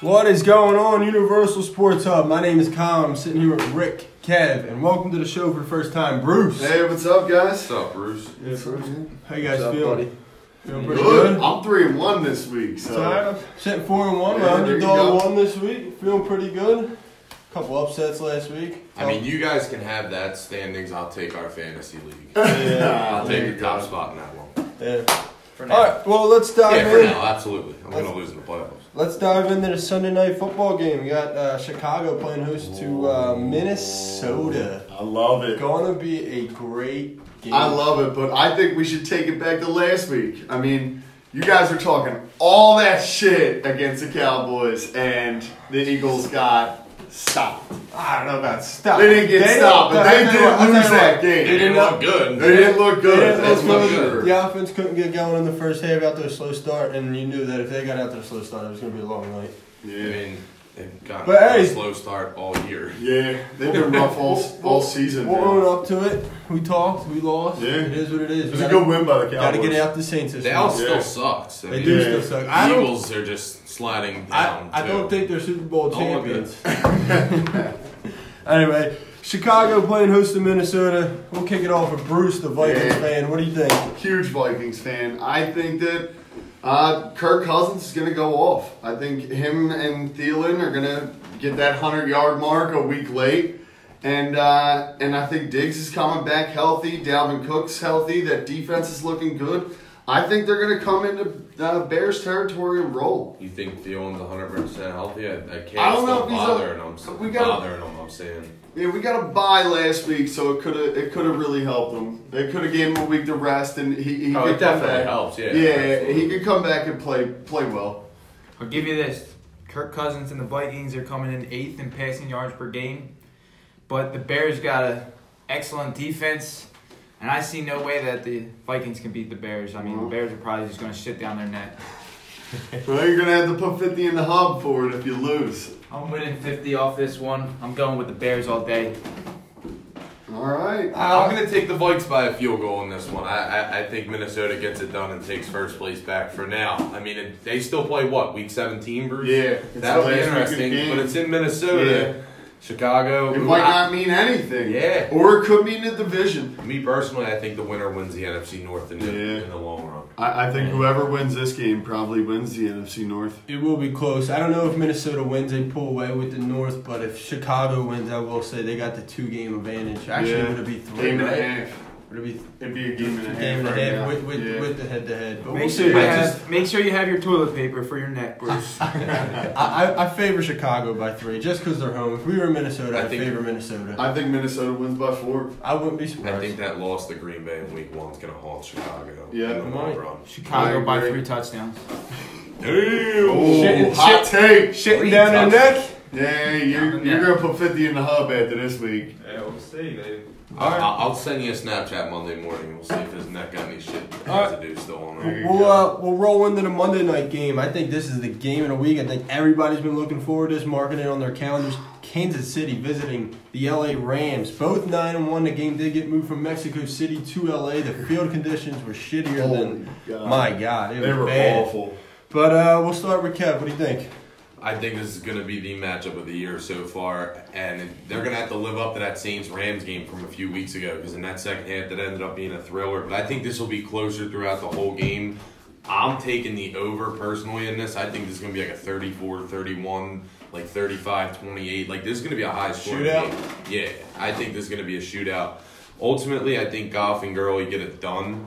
What is going on, Universal Sports Hub? My name is Colin. I'm sitting here with Rick, Kev, and welcome to the show for the first time, Bruce. Hey, what's up, guys? What's up, Bruce? Yeah, Bruce. How you What's guys up, feel? buddy? Feeling pretty Good. good. I'm three and one this week, so Tired. Sitting four and one. Yeah, My there you underdog go. won this week. Feeling pretty good. Couple upsets last week. I mean, you guys can have that standings. I'll take our fantasy league. yeah. I'll there take you the top spot in that one. yeah. For All right. Well, let's dive Yeah, for in. now, absolutely. I'm gonna lose in the playoffs. Let's dive into the Sunday night football game. We got uh, Chicago playing host to uh, Minnesota. I love it. Gonna be a great game. I love it, but I think we should take it back to last week. I mean, you guys were talking all that shit against the Cowboys, and the Eagles got stopped. I don't know about stop. They didn't get stopped, but I they tell did you what, I tell lose you that what, game. It did didn't not- look good. They didn't look they good. didn't that's look for good. sure. The offense couldn't get going in the first half after a slow start, and you knew that if they got out to a slow start, it was gonna be a long night. I Yeah. mean, they've got But hey- a slow start all year. Yeah, they've been rough all, all season. We'll man. own up to it. We talked. We lost. Yeah. It is what it is. It We was a gotta- good win by the Gotta Cowboys. get out the Saints this They all week. still Yeah. sucks. I They mean, do Yeah. still suck. I The don't Eagles are just sliding I, down. I don't too. think they're Super Bowl Don't look champions. anyway, Chicago playing host to Minnesota. We'll kick it off with Bruce, the Vikings Yeah. fan. What do you think? huge Vikings fan. I think that uh, Kirk Cousins is going to go off. I think him and Thielen are going to get that hundred yard mark a week late, and uh, and I think Diggs is coming back healthy. Dalvin Cook's healthy. That defense is looking good. I think they're going to come into uh, Bears territory and roll. You think Thielen's 100 percent healthy? I, I can't. I don't stop know if he's a- bothering him. Stop we gotta- bothering him. I'm saying. Yeah, we got a buy last week, so it could have it could have really helped him. It could have gave him a week to rest, and he, he Oh, could come it definitely back. helps, yeah, yeah, absolutely. he could come back and play play well. I'll give you this. Kirk Cousins and the Vikings are coming in eighth in passing yards per game, but the Bears got a excellent defense, and I see no way that the Vikings can beat the Bears. I mean, the Bears are probably just going to shit down their net. Well, you're gonna have to put 50 in the hub for it if you lose. I'm winning 50 off this one. I'm going with the Bears all day. All right. I'm going to take the Vikes by a field goal in this one. I, I, I think Minnesota gets it done and takes first place back for now. I mean, it, they still play what week 17, Bruce? Yeah, it's that'll the be last week of the interesting. game. But it's in Minnesota, Chicago. It who might I- not mean anything. Yeah. Or it could mean the division. me personally, I think the winner wins the NFC North in the, Yeah. in the long run. I, I think whoever wins this game probably wins the NFC North. It will be close. I don't know if Minnesota wins, they pull away with the North, but if Chicago wins, I will say they got the two game advantage. Actually, Yeah. would it be three? Game and right? a half. Would it be It'd be a game and a half. game and a right half now. with, with, Yeah. with the head to head? But we'll Make sure, see. you I, Yeah, have, make sure you have your toilet paper for your net, Bruce. I, I- I favor Chicago by three just because they're home. If we were in Minnesota, I I'd think- favor Minnesota. I, I think Minnesota wins by four. wouldn't be I surprised. think that loss to Green Bay in Week One is going to haunt Chicago. Yeah. in the long run. Chicago by agree. three touchdowns. Oh, Shit, hot take. Shitting Three down their tough- neck. Yeah, you're, you're going to put 50 in the hub after this week. Yeah, we'll see. They, I, All right. I- I'll send you a Snapchat Monday morning. We'll see if his neck got any shit All residue still on him. There you We'll go. uh, we'll roll into the Monday night game. I think this is the game of the week. I think everybody's been looking forward to this, marking it on their calendars. Kansas City visiting the LA Rams. Both nine and one. The game did get moved from Mexico City to LA. The field conditions were shittier than Holy God. my God. It They was were bad. awful. But uh, we'll start with Kev. What do you think? I think this is going to be the matchup of the year so far, and they're going to have to live up to that Saints Rams game from a few weeks ago because in that second half that ended up being a thriller. But I think this will be closer throughout the whole game. I'm taking the over personally in this. I think this is going to be like a 34 31, like 35 28. Like, this is going to be a high scoring Shootout? game. Yeah, I think this is going to be a shootout. Ultimately, I think Goff and Gurley get it done,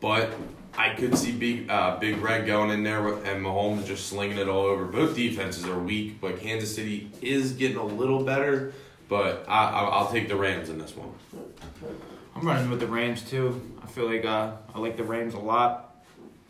but I could see Big uh, Big Red going in there with, and Mahomes just slinging it all over. Both defenses are weak, but Kansas City is getting a little better. But I, I, I'll take the Rams in this one. I'm running with the Rams too. I feel like uh, I like the Rams a lot.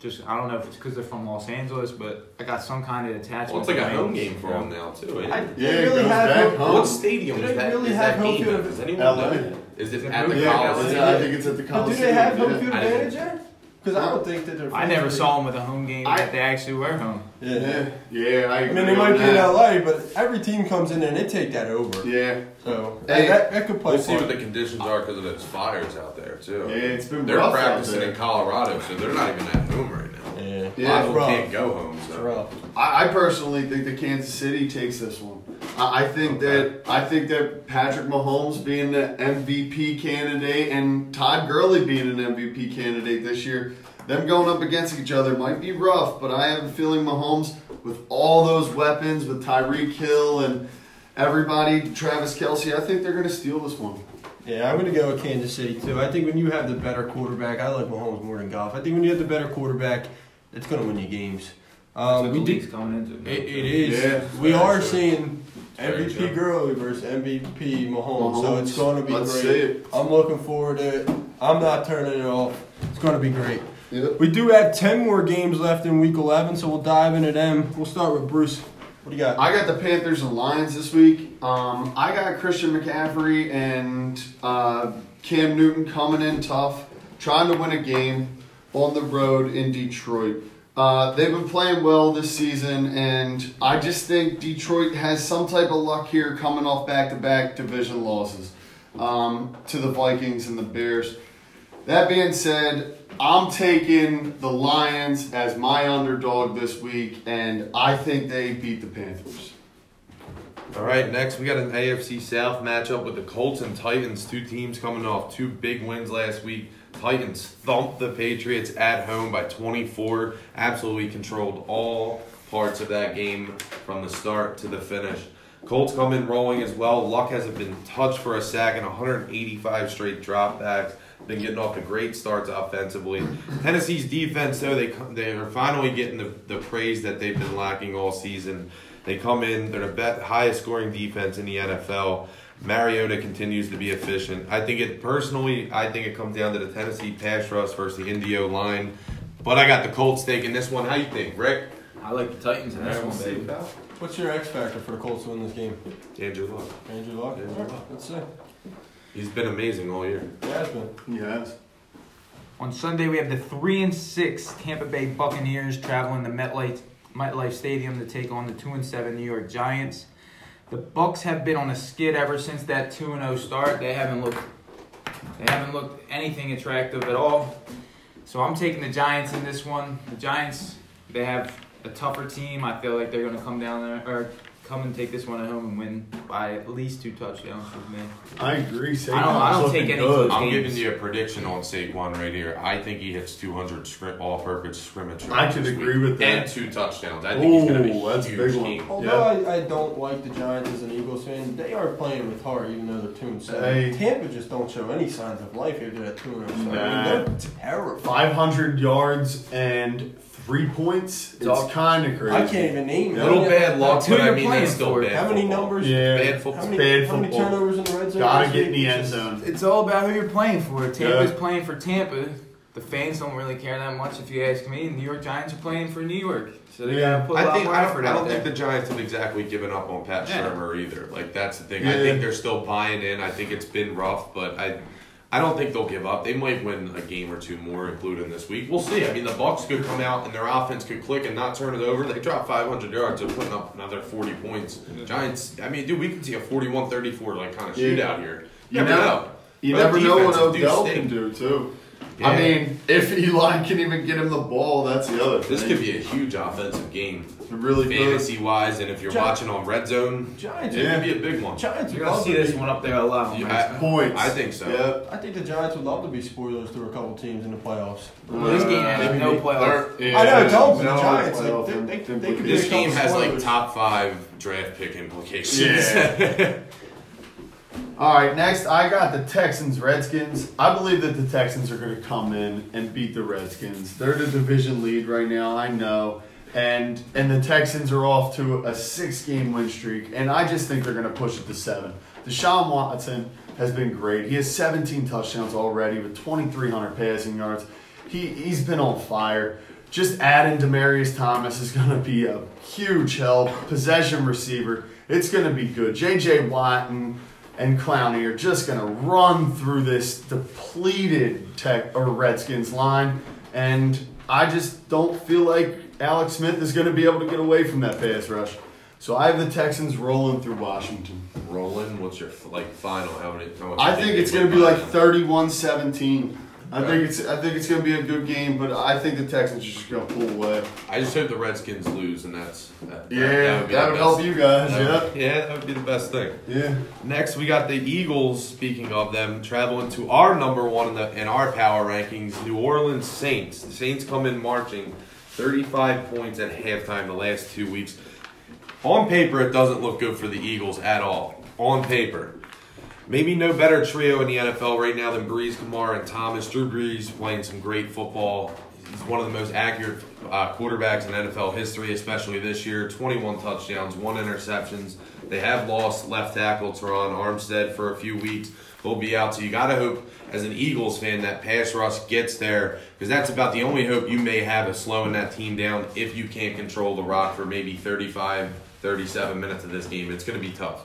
Just I don't know if it's because they're from Los Angeles, but I got some kind of attachment. Well, it's like to a the home Rams. game for them now too. ain't it? Yeah, it goes back home. what stadium do is they that? really is that have home game field at? Does anyone LA? know? Is it it at the really? Yeah, Yeah, Coliseum? I think it's at the But do Coliseum. they have yeah. home field I advantage didn't- there? Because I don't think that they're. I never saw them with a home game I- that they actually were home. Yeah. Yeah, yeah, I I agree. mean, they might on be in that. LA, but every team comes in there and they take that over. Yeah, So Hey, that, that could play. We'll see part. what the conditions are because of those fires out there too. yeah, it's been They're rough out practicing there. in Colorado, so they're not even at home right yeah. now. Yeah, Yeah, it's can't rough. go home. It's So. rough. I, I personally think that Kansas City takes this one. I, I think that I think that Patrick Mahomes being the MVP candidate and Todd Gurley being an MVP candidate this year, them going up against each other might be rough, but I have a feeling Mahomes with all those weapons, with Tyreek Hill and everybody, Travis Kelsey, I think they're gonna steal this one. Yeah, I'm going to go with Kansas City too. I think when you have the better quarterback, I like Mahomes more than Goff. I think when you have the better quarterback, it's going to win you games. Um, That's what we the did. league's coming into. It, it is. Yeah. we are Very true. seeing Very MVP true. Gurley versus MVP Mahomes, so Mahomes, it's going to be let's great. see it. I'm looking forward to it. I'm not turning it off. It's going to be great. Yep. We do have 10 more games left in week 11, so we'll dive into them. We'll start with Bruce. What do you got? I got the Panthers and Lions this week. Um, I got Christian McCaffrey and uh, Cam Newton coming in tough, trying to win a game on the road in Detroit. Uh, they've been playing well this season, and I just think Detroit has some type of luck here coming off back to back division losses um, to the Vikings and the Bears. That being said, I'm taking the Lions as my underdog this week, and I think they beat the Panthers. All right, next we got an AFC South matchup with the Colts and Titans. Two teams coming off two big wins last week. Titans thumped the Patriots at home by 24. Absolutely controlled all parts of that game from the start to the finish. Colts come in rolling as well. Luck hasn't been touched for a sack and 185 straight dropbacks. Been getting off to great starts offensively. Tennessee's defense, though, they they are finally getting the, the praise that they've been lacking all season. They come in, they're the best, highest scoring defense in the NFL. Mariota continues to be efficient. I think it personally, I think it comes down to the Tennessee pass rush versus the Indio line. But I got the Colts taking this one. How you think, Rick? I like the Titans in this one, baby. What's your X factor for the Colts to win this game? Andrew Luck. Andrew Luck? Andrew All right, Luck. Let's see. Yeah, He's been amazing all year. it's been. Yes. On Sunday, we have the three and six Tampa Bay Buccaneers traveling to MetLife, MetLife Stadium to take on the two and seven New York Giants. The Bucks have been on a skid ever since that two and zero start. They haven't looked, they haven't looked anything attractive at all. So I'm taking the Giants in this one. The Giants, they have a tougher team. I feel like they're going to come down there or come and take this one at home and win by at least two touchdowns with me. I agree. Saquon's I don't- I don't looking take any good. close- I'm James. giving you a prediction on Saquon right here. I think he hits 200 scrim- all purpose scrimmage. I yards could this agree week. with that. And two touchdowns. I think he's going to be Ooh, that's a huge big one. game. Although I, I don't like the Giants as an Eagles fan, they are playing with heart, even though they're two and seven. Hey. Tampa just don't show any signs of life after that two and oh seven. Nah. I mean, they're terrified. 500 yards and three points. It's, all- kind of crazy. I can't even name it. Little bad luck, Who but I you're mean that's playing still for? bad. How many football. numbers? Yeah. Bad How football. many, Bad how many football. turnovers in the red zone? Gotta this get in week? the end Just- zone. It's all about who you're playing for. Tampa's Yeah. playing for Tampa. The fans don't really care that much, if you ask me. And New York Giants are playing for New York, so they're Yeah. gonna put a I lot think more I effort don't, I out don't there. think the Giants have exactly given up on Pat Yeah. Shermer either. Like that's the thing. I Yeah. think they're still buying in. I think it's been rough, but I I don't think they'll give up. They might win a game or two more, including this week. We'll see. I mean, the Bucks could come out and their offense could click and not turn it over. They drop 500 yards. They're putting up another 40 points. Giants. I mean, dude, we can see a 41-34 like kind of Yeah. shootout here. You You never know- know. You Both never know what defenses do Odell stink. can do, too. Yeah. I mean, if Eli can even get him the ball, that's the other This thing. could be a huge offensive game, It really could. fantasy wise, and if you're Gi- watching on Red Zone, Giants. it Yeah. could be a big one. Giants. You're would gonna love see to this be- one up there a lot. on Yeah, I- Points. I think so. Yep. I think the Giants would love to be spoilers through a couple teams in the playoffs. Well, this game has no playoff. I know, tell them the Giants, like, they- they- they could This Yeah, game has like spoilers. top five draft pick implications. Yeah. All right, next I got the Texans Redskins. I believe that the Texans are going to come in and beat the Redskins. They're the division lead right now, I know. And and the Texans are off to a six-game win streak, and I just think they're going to push it to seven. Deshaun Watson has been great. He has 17 touchdowns already with 2,300 passing yards. He he's been on fire. Just adding Demarius Thomas is going to be a huge help. Possession receiver, it's going to be good. J.J. Watt and, and Clowney are just going to run through this depleted tech or Redskins line, And I just don't feel like Alex Smith is going to be able to get away from that pass rush. So I have the Texans rolling through Washington. Roland, what's your like final? How many? How much I you think they it's going to win be by? like 31-17. I think it's I think it's going to be a good game, but I think the Texans are just going to pull away. I just hope the Redskins lose, and that's that, Yeah, that would, be the best- help you guys. that- yeah, that would be the best thing. Yeah, yeah. Next, we got the Eagles. Speaking of them, traveling to our number one in, the, in our power rankings, New Orleans Saints. The Saints come in marching, 35 points at halftime the last two weeks. On paper, it doesn't look good for the Eagles at all. On paper, maybe no better trio in the NFL right now than Breeze, Kamara, and Thomas. Drew Brees playing some great football. He's one of the most accurate uh, quarterbacks in NFL history, especially this year. 21 touchdowns, one interceptions. They have lost left tackle Teron Armstead for a few weeks. He'll be out, so you gotta hope as an Eagles fan that pass rush gets there because that's about the only hope you may have of slowing that team down if you can't control the rock for maybe 35, 37 minutes of this game. It's gonna be tough.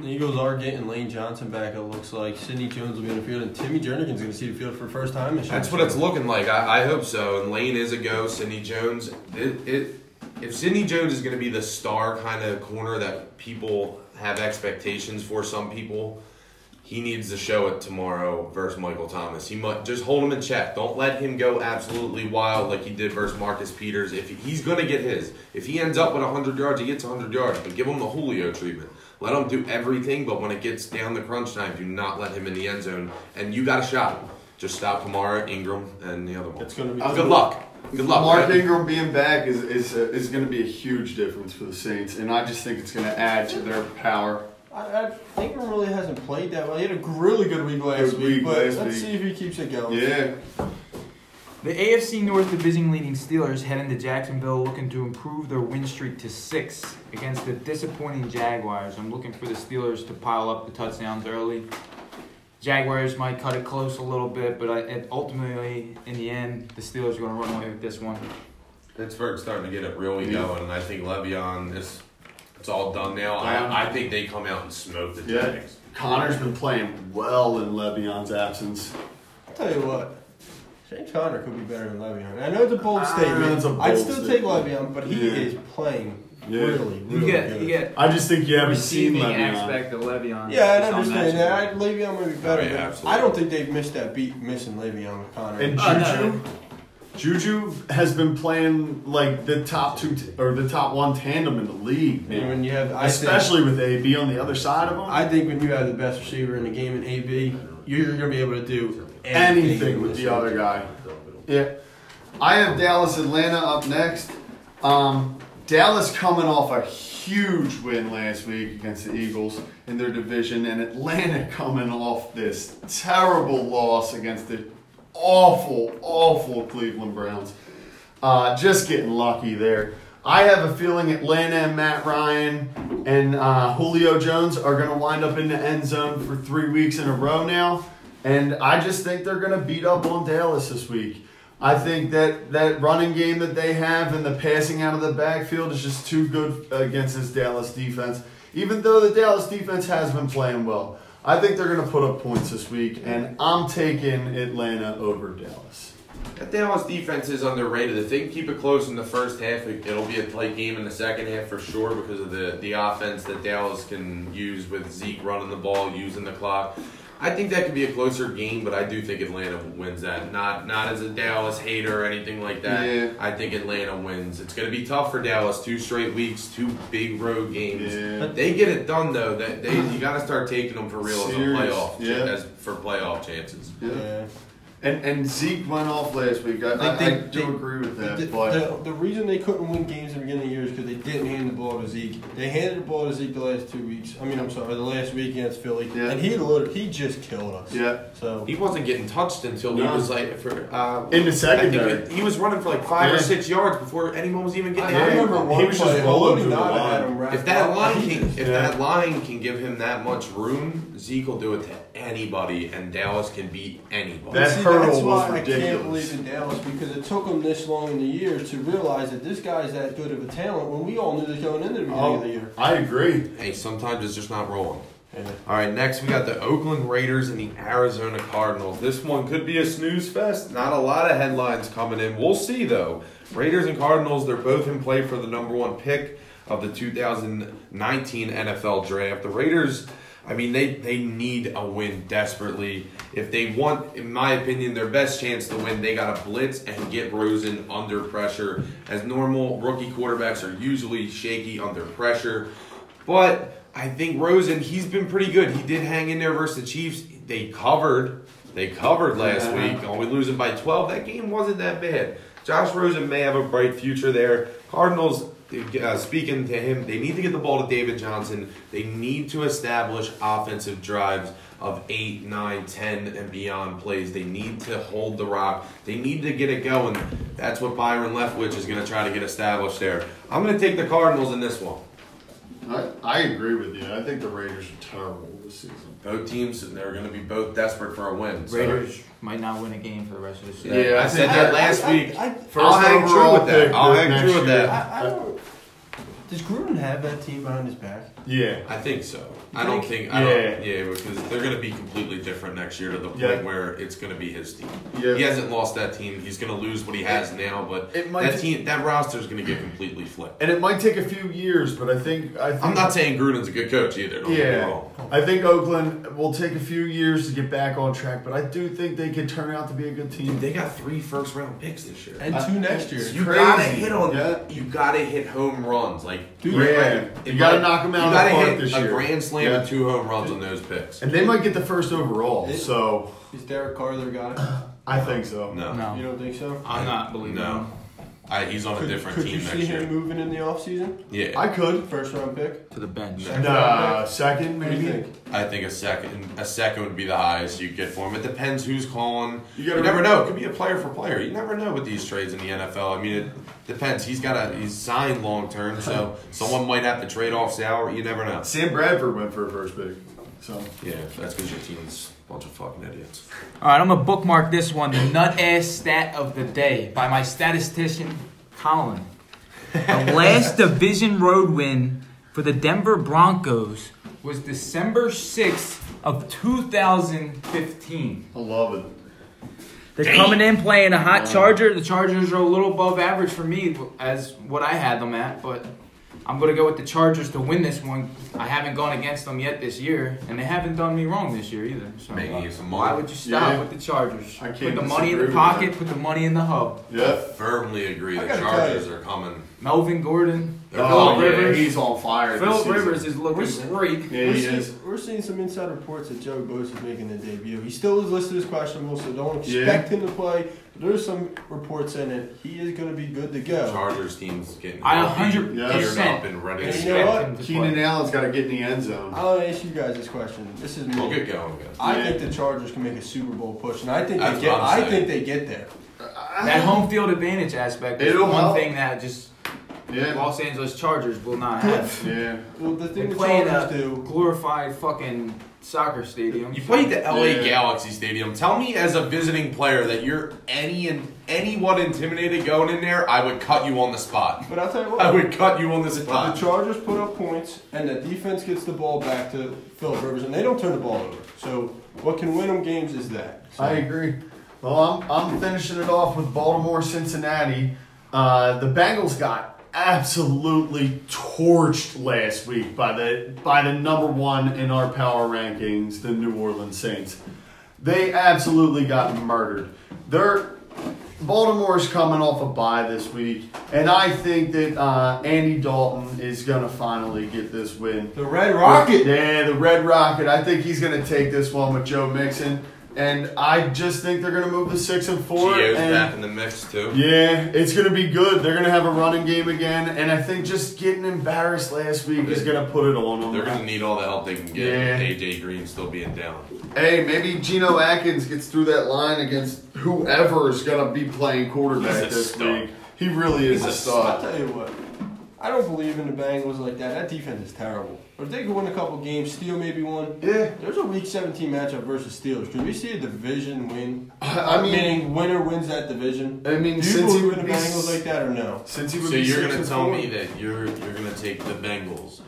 The Eagles are getting Lane Johnson back, it looks like. Sidney Jones will be in the field, and Timmy Jernigan's going to see the field for the first time this year. That's what it's looking like. I, I hope so. And Lane is a go. Sidney Jones. It, it, if Sidney Jones is going to be the star kind of corner that people have expectations for, some people, he needs to show it tomorrow versus Michael Thomas. He must just hold him in check. Don't let him go absolutely wild like he did versus Marcus Peters. If he's going to get his, if he ends up with 100 yards, he gets 100 yards. But give him the Julio treatment. Let him do everything, but when it gets down the crunch time, do not let him in the end zone. And you got a shot. Just stop Kamara, Ingram, and the other one. It's going to be. I was Good luck. Good luck. uh, Mark man. Ingram being back is is, uh, is going to be a huge difference for the Saints, and I just think it's going to add to their power. I, I think Ingram really hasn't played that well. He had a really good week last Good week, week but last let's week. see if he keeps it going. Yeah, The AFC North division leading Steelers head into Jacksonville looking to improve their win streak to six against the disappointing Jaguars. I'm looking for the Steelers to pile up the touchdowns early. Jaguars might cut it close a little bit, but I, and ultimately, in the end, the Steelers are going to run away with this one. Pittsburgh's starting to get it really Yeah. going, and I think Le'Veon is. It's all done now. Done. I, I think they come out and smoke the Yeah. Jags. Connor's been playing well in Le'Veon's absence. I'll tell you what. Shane Connor could be better than Le'Veon. I know it's a bold Ah, statement. it's a I'd bold still take statement. Le'Veon, but he Yeah. is playing Yeah. really, You really get, good. you get I just think you haven't seen receiving Le'Veon. aspect of Le'Veon. Yeah, I It's not understand that. magical. I, Le'Veon might be better. Oh, yeah, but absolutely. I don't think they've missed that beat missing Le'Veon with Connor. And Oh, no. Juju, Juju has been playing like the top two t- or the top one tandem in the league, And man. when you have, I think, especially with AB on the other side of him. I think when you have the best receiver in the game in AB, you're going to be able to do anything, anything with this the other guy. league. Yeah. I have Dallas Atlanta up next. Um, Dallas coming off a huge win last week against the Eagles in their division, and Atlanta coming off this terrible loss against the awful, awful Cleveland Browns. Uh, just getting lucky there. I have a feeling Atlanta and Matt Ryan and uh, Julio Jones are going to wind up in the end zone for three weeks in a row now. And I just think they're going to beat up on Dallas this week. I think that that running game that they have and the passing out of the backfield is just too good against this Dallas defense. Even though the Dallas defense has been playing well, I think they're going to put up points this week, and I'm taking Atlanta over Dallas. That Dallas defense is underrated. If they can keep it close in the first half, it- it'll be a tight game in the second half for sure because of the, the offense that Dallas can use with Zeke running the ball, using the clock. I think that could be a closer game, but I do think Atlanta wins that. Not not as a Dallas hater or anything like that. Yeah. I think Atlanta wins. It's going to be tough for Dallas. Two straight weeks, two big road games. Yeah. They get it done though. That they you got to start taking them for real Serious. as a playoff, Yeah. as for playoff chances. Yeah. And and Zeke went off last week. I, I, They- I they- do agree with that, The, but the, the reason they couldn't win games at the beginning of the year is because they didn't hand the ball to Zeke. They handed the ball to Zeke the last two weeks. I mean, I'm sorry, the last week against Philly, Yeah. and he loaded, he just killed us. yeah, So He wasn't getting touched until No. he was like for uh, in the I think secondary, it- he was running for like five or Yeah. six yards before anyone was even I, getting. Yeah. I hit. remember one He was just play, rolling through the Olave line. had him wrapped If that up. line He can, if just- Yeah. that line can give him that much room, Zeke will do it to anybody, and Dallas can beat anybody. That See, hurdle that's was why I ridiculous. can't believe in Dallas because it took him this long in the year to realize that this guy's that good of a talent when we all knew this going into the beginning of the oh, year. I agree. hey, sometimes it's just not rolling. Oh. Yeah. All right, next we got the Oakland Raiders and the Arizona Cardinals. This one could be a snooze fest. Not a lot of headlines coming in. We'll see though. Raiders and Cardinals, they're both in play for the number one pick of the 2019 NFL draft. The Raiders, I mean, they, they need a win desperately. If they want, in my opinion, their best chance to win, they got to blitz and get Rosen under pressure. As normal, rookie quarterbacks are usually shaky under pressure. But I think Rosen, he's been pretty good. He did hang in there versus the Chiefs. They covered. They covered last Yeah. week. Only losing by 12. That game wasn't that bad. Josh Rosen may have a bright future there. Cardinals, uh, speaking to him, they need to get the ball to David Johnson. They need to establish offensive drives of 8, 9, 10, and beyond plays. They need to hold the rock. They need to get it going. That's what Byron Leftwich is going to try to get established there. I'm going to take the Cardinals in this one. I, I agree with you. I think the Raiders are terrible this season. Both teams, they're going to be both desperate for a win. So. Raiders might not win a game for the rest of the season. Yeah. I said that last I- I- week. I- First I'll hang true overall with that. pick I'll hang next true with year. that. I, I don't. Does Gruden have that team behind his back? Yeah. I think so. I don't think. I don't, yeah, because they're going to be completely different next year to the point Yeah. where it's going to be his team. Yeah. He hasn't lost that team. He's going to lose what he has now, but it might that ju- team, that roster is going to get completely flipped. And it might take a few years, but I think I think I'm not saying Gruden's a good coach either. Don't get me Yeah, wrong. I think Oakland will take a few years to get back on track, but I do think they could turn out to be a good team. Dude, they got three first round picks this year. And I- two next year. you gotta crazy. hit on. Yeah. You gotta hit home runs, like Dude, you're yeah. right. You It gotta might- knock 'em out You of gotta the park hit this a year. grand slam Yeah. and two home runs on those picks. and they might get the first overall. So Is Derek Carr their guy? I think so. No, You No, don't think so? I'm not believing. no. I, he's on a Could- different could team you next see year. him moving in the offseason? Yeah, I could. First round pick? To the bench. No. Nah, uh, second What do you maybe. think? I think a second a second would be the highest you get for him. It depends who's calling. You You, gotta never remember- know. It could be a player for player. You never know with these trades in the NFL. I mean, it depends. He's got a he's signed long term, so someone might have to trade off salary. You never know. Sam Bradford went for a first pick. So Yeah, that's because your team's a bunch of fucking idiots. All right, I'm gonna bookmark this one. The nut ass stat of the day by my statistician Colin. The last division road win for the Denver Broncos was December 6th of 2015. I love it. They're coming in playing a hot Charger. The Chargers are a little above average for me as what I had them at, but I'm gonna go with the Chargers to win this one. I haven't gone against them yet this year, and they haven't done me wrong this year either. So Making you some why money. would you stop Yeah. with the Chargers? I can't put the money disagree in the with pocket. that. Put the money in the hub. Yeah. Firmly agree. I The gotta tell Chargers are coming. Melvin Gordon. They're Oh, coming. yeah, Rivers. he's on fire. this Philip season. Rivers is looking great. Yeah, we're, he seeing, is. we're seeing some inside reports that Joey Bosa is making his debut. He still is listed as questionable, so don't Yeah. expect him to play. But there's some reports in it. He is going to be good to The go. Chargers team's getting I healthy, 100% geared up and ready And to you know go. what? him to Keenan play. Allen's got to get in the end zone. I'll ask you guys this question. This is We'll me. get going. guys. I Yeah. think the Chargers can make a Super Bowl push, and I think That's they get. what I'm I saying. think they get there. That home field advantage aspect is It'll one help. thing that just Yeah. Los Angeles Chargers will not have. Yeah. Well, the They thing the play in Chargers a do. glorified fucking soccer stadium. You played the LA Yeah. Galaxy Stadium. Tell me, as a visiting player, that you're any and anyone intimidated going in there. I would cut you on the spot. But I'll tell you what. I would cut you on the The spot. Chargers put up points, and the defense gets the ball back to Philip Rivers, and they don't turn the ball over. So, what can win them games is that. So, I agree. Well, I'm, I'm finishing it off with Baltimore Cincinnati. Uh, the Bengals got absolutely torched last week by the by the number one in our power rankings, the New Orleans Saints. They absolutely got murdered. They're Baltimore's coming off a bye this week, and I think that uh, Andy Dalton is going to finally get this win. the Red Rocket. Yeah, the Red Rocket. I think he's going to take this one with Joe Mixon, and I just think they're going to move to six and four. Gio's and- back in the mix too. yeah, it's going to be good. They're going to have a running game again, and I think just getting embarrassed last week is going to put it on them. They're gonna need all the help they can get. Yeah. with AJ Green still being down. Hey, maybe Geno Atkins gets through that line against whoever is going to be playing He's quarterback a this stud. week. He really is He's a a I'll stud. tell you what. I don't believe in the Bengals like that. That defense is terrible. But if they can win a couple games, steal maybe one. Yeah, There's a Week 17 matchup versus Steelers. Could we see a division win? I I mean, Meaning, winner wins that division. I Do mean, you since he believe would in the be Bengals like that or no? since he would So be you're six gonna and tell four. me that you're you're gonna take the Bengals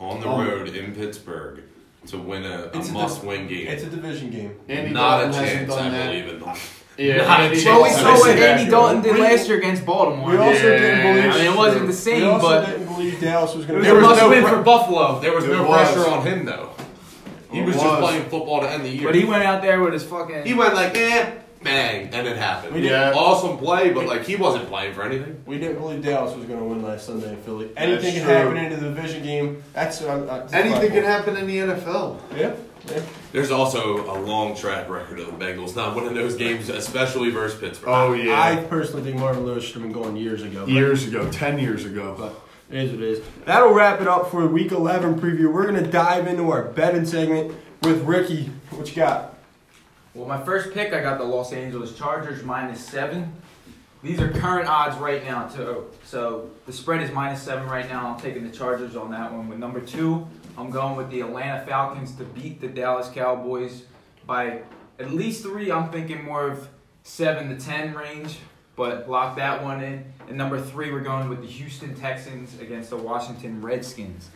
on the Um, road in Pittsburgh to win a, a It's a must-win game. It's a division game. Andy not Dalton a hasn't chance, done I that. believe in them. Yeah, Not a Andy chance. Well, we Dalton saw what hasn't done Andy that. Dalton did We- last year against Baltimore. We also Yeah. didn't believe. I mean, it wasn't the same, we also but- didn't believe Dallas was going it to. was There a was must no win pre- for Buffalo. There was It no was. pressure on him though. He It was, just was. playing football to end the year. But he went out there with his fucking. He went like, eh, bang, and it happened. We did- Yeah. Awesome play, but like he wasn't playing for anything. We didn't believe Dallas was going to win last Sunday in Philly. Anything can true. happen in the division game. That's uh, I'm, that's my Anything can point. happen in the NFL. Yeah, yeah. There's also a long track record of the Bengals not winning those games, especially versus Pittsburgh. Oh I yeah, personally think Marvin Lewis should have been going years ago. but- years ago, ten years ago. But it is what it is. That'll wrap it up for week 11 preview. We're going to dive into our betting segment with Ricky. What you got? Well, my first pick, I got the Los Angeles Chargers minus seven. These are current odds right now, too. So the spread is minus seven right now. I'm taking the Chargers on that one. With number two, I'm going with the Atlanta Falcons to beat the Dallas Cowboys by at least three. I'm thinking more of seven to ten range, but lock that one in. And number three, we're going with the Houston Texans against the Washington Redskins.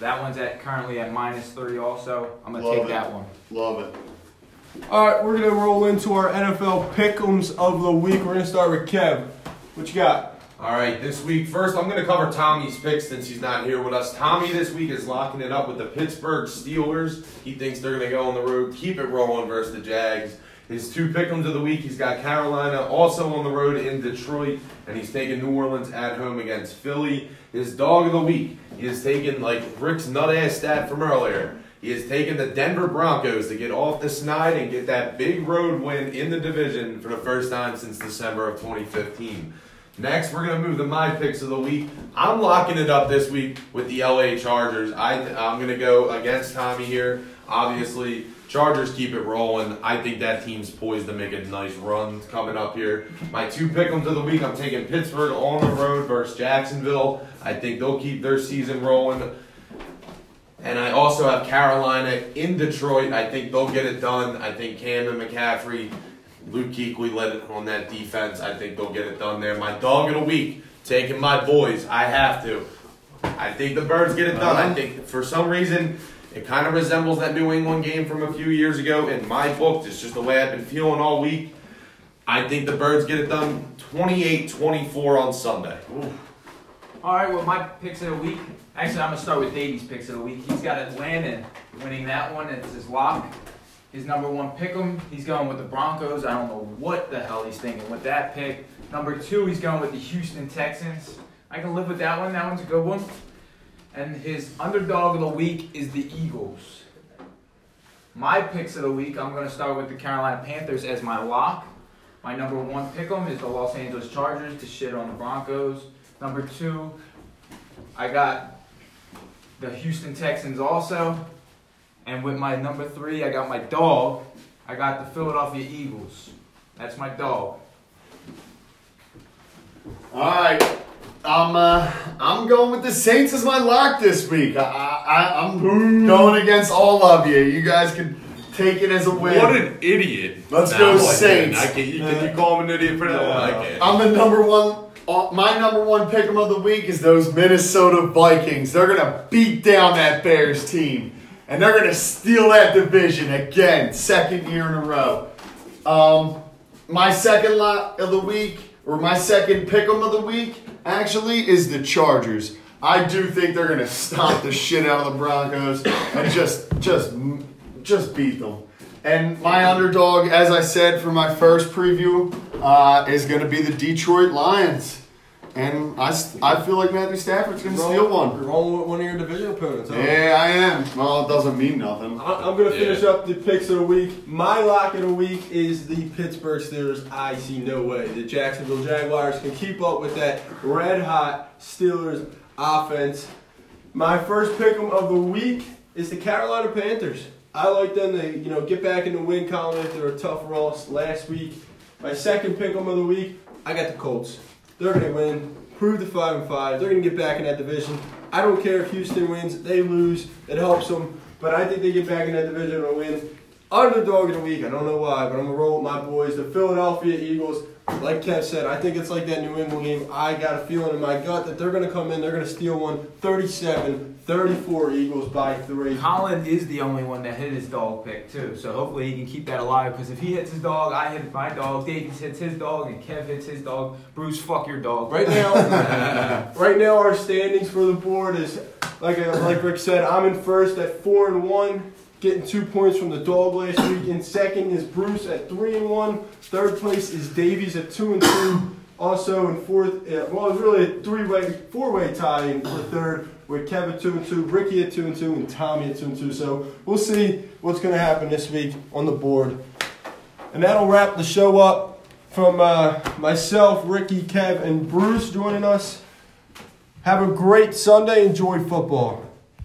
That one's at currently at minus three. Also, I'm gonna Love take it. that one. Love it. All right, we're going to roll into our NFL pick'ems of the week. We're going to start with Kev. What you got? All right, this week, first I'm going to cover Tommy's pick since he's not here with us. Tommy this week is locking it up with the Pittsburgh Steelers. He thinks they're going to go on the road, keep it rolling versus the Jags. His two pick'ems of the week, he's got Carolina also on the road in Detroit, and he's taking New Orleans at home against Philly. His dog of the week, he is taking like Rick's nut ass stat from earlier. He has taken the Denver Broncos to get off the snide and get that big road win in the division for the first time since December of 2015. Next, we're gonna move to my picks of the week. I'm locking it up this week with the LA Chargers. I I'm gonna go against Tommy here. Obviously, Chargers keep it rolling. I think that team's poised to make a nice run coming up here. My two pickems of the week. I'm taking Pittsburgh on the road versus Jacksonville. I think they'll keep their season rolling. And I also have Carolina in Detroit. I think they'll get it done. I think Cam and McCaffrey, Luke Kuechly led it on that defense. I think they'll get it done there. My dog of the week, taking my boys. I have to. I think the Birds get it done. I think for some reason it kind of resembles that New England game from a few years ago in my book. It's just the way I've been feeling all week. I think the Birds get it done 28-24 on Sunday. All right, well, my picks of the week. Actually, I'm going to start with Davey's picks of the week. He's got Atlanta winning that one. It's his lock. His number one pick 'em. He's going with the Broncos. I don't know what the hell he's thinking with that pick. Number two, he's going with the Houston Texans. I can live with that one. That one's a good one. And his underdog of the week is the Eagles. My picks of the week, I'm going to start with the Carolina Panthers as my lock. My number one pick 'em is the Los Angeles Chargers to shit on the Broncos. Number two, I got the Houston Texans also. And with my number three, I got my dog. I got the Philadelphia Eagles. That's my dog. All right, I'm uh, I'm going with the Saints as my lock this week. I, I, I'm going against all of you. You guys can take it as a win. What an idiot! Let's go I didn't. Saints. I can, you, can you call him an idiot for that one? I can't. I'm the number one. uh, My number one pick 'em of the week is those Minnesota Vikings. They're gonna beat down that Bears team, and they're gonna steal that division again, second year in a row. Um, my second lot of the week, or my second pick 'em of the week, actually is the Chargers. I do think they're gonna stomp the shit out of the Broncos and just, just, just beat them. And my underdog, as I said for my first preview, uh, is going to be the Detroit Lions. And I, s- I feel like Matthew Stafford's going to steal one. You're rolling with one of your division opponents. Huh? Yeah, I am. Well, it doesn't mean nothing. I- I'm gonna finish Yeah. up the picks of the week. My lock of the week is the Pittsburgh Steelers. I see no way the Jacksonville Jaguars can keep up with that red hot Steelers offense. My first pick 'em of the week is the Carolina Panthers. I like them to you know get back in the win column after a tough loss last week. My second pick 'em of the week, I got the Colts. They're gonna win. Prove the five and five. They're gonna get back in that division. I don't care if Houston wins, they lose. It helps them, but I think they get back in that division and win. Underdog of the week. I don't know why, but I'm gonna roll with my boys, the Philadelphia Eagles. Like Kev said, I think it's like that New England game. I got a feeling in my gut that they're going to come in, they're going to steal one 37 34 Eagles by three. Colin is the only one that hit his dog pick too, so hopefully he can keep that alive. Because if he hits his dog, I hit my dog. Davies hits his dog, and Kev hits his dog. Bruce, fuck your dog. Right now, right now our standings for the board is like uh, like Rick said. I'm in first at four and one, getting two points from the dog last week. In second is Bruce at three and one. Third place is Davies at two and two. Also in fourth, uh, well, it's really a three-way, four-way tie in for third with Kevin two and two, Ricky at two and two, and Tommy at two and two. So we'll see what's going to happen this week on the board. And that'll wrap the show up from uh, myself, Ricky, Kev, and Bruce joining us. Have a great Sunday. Enjoy football.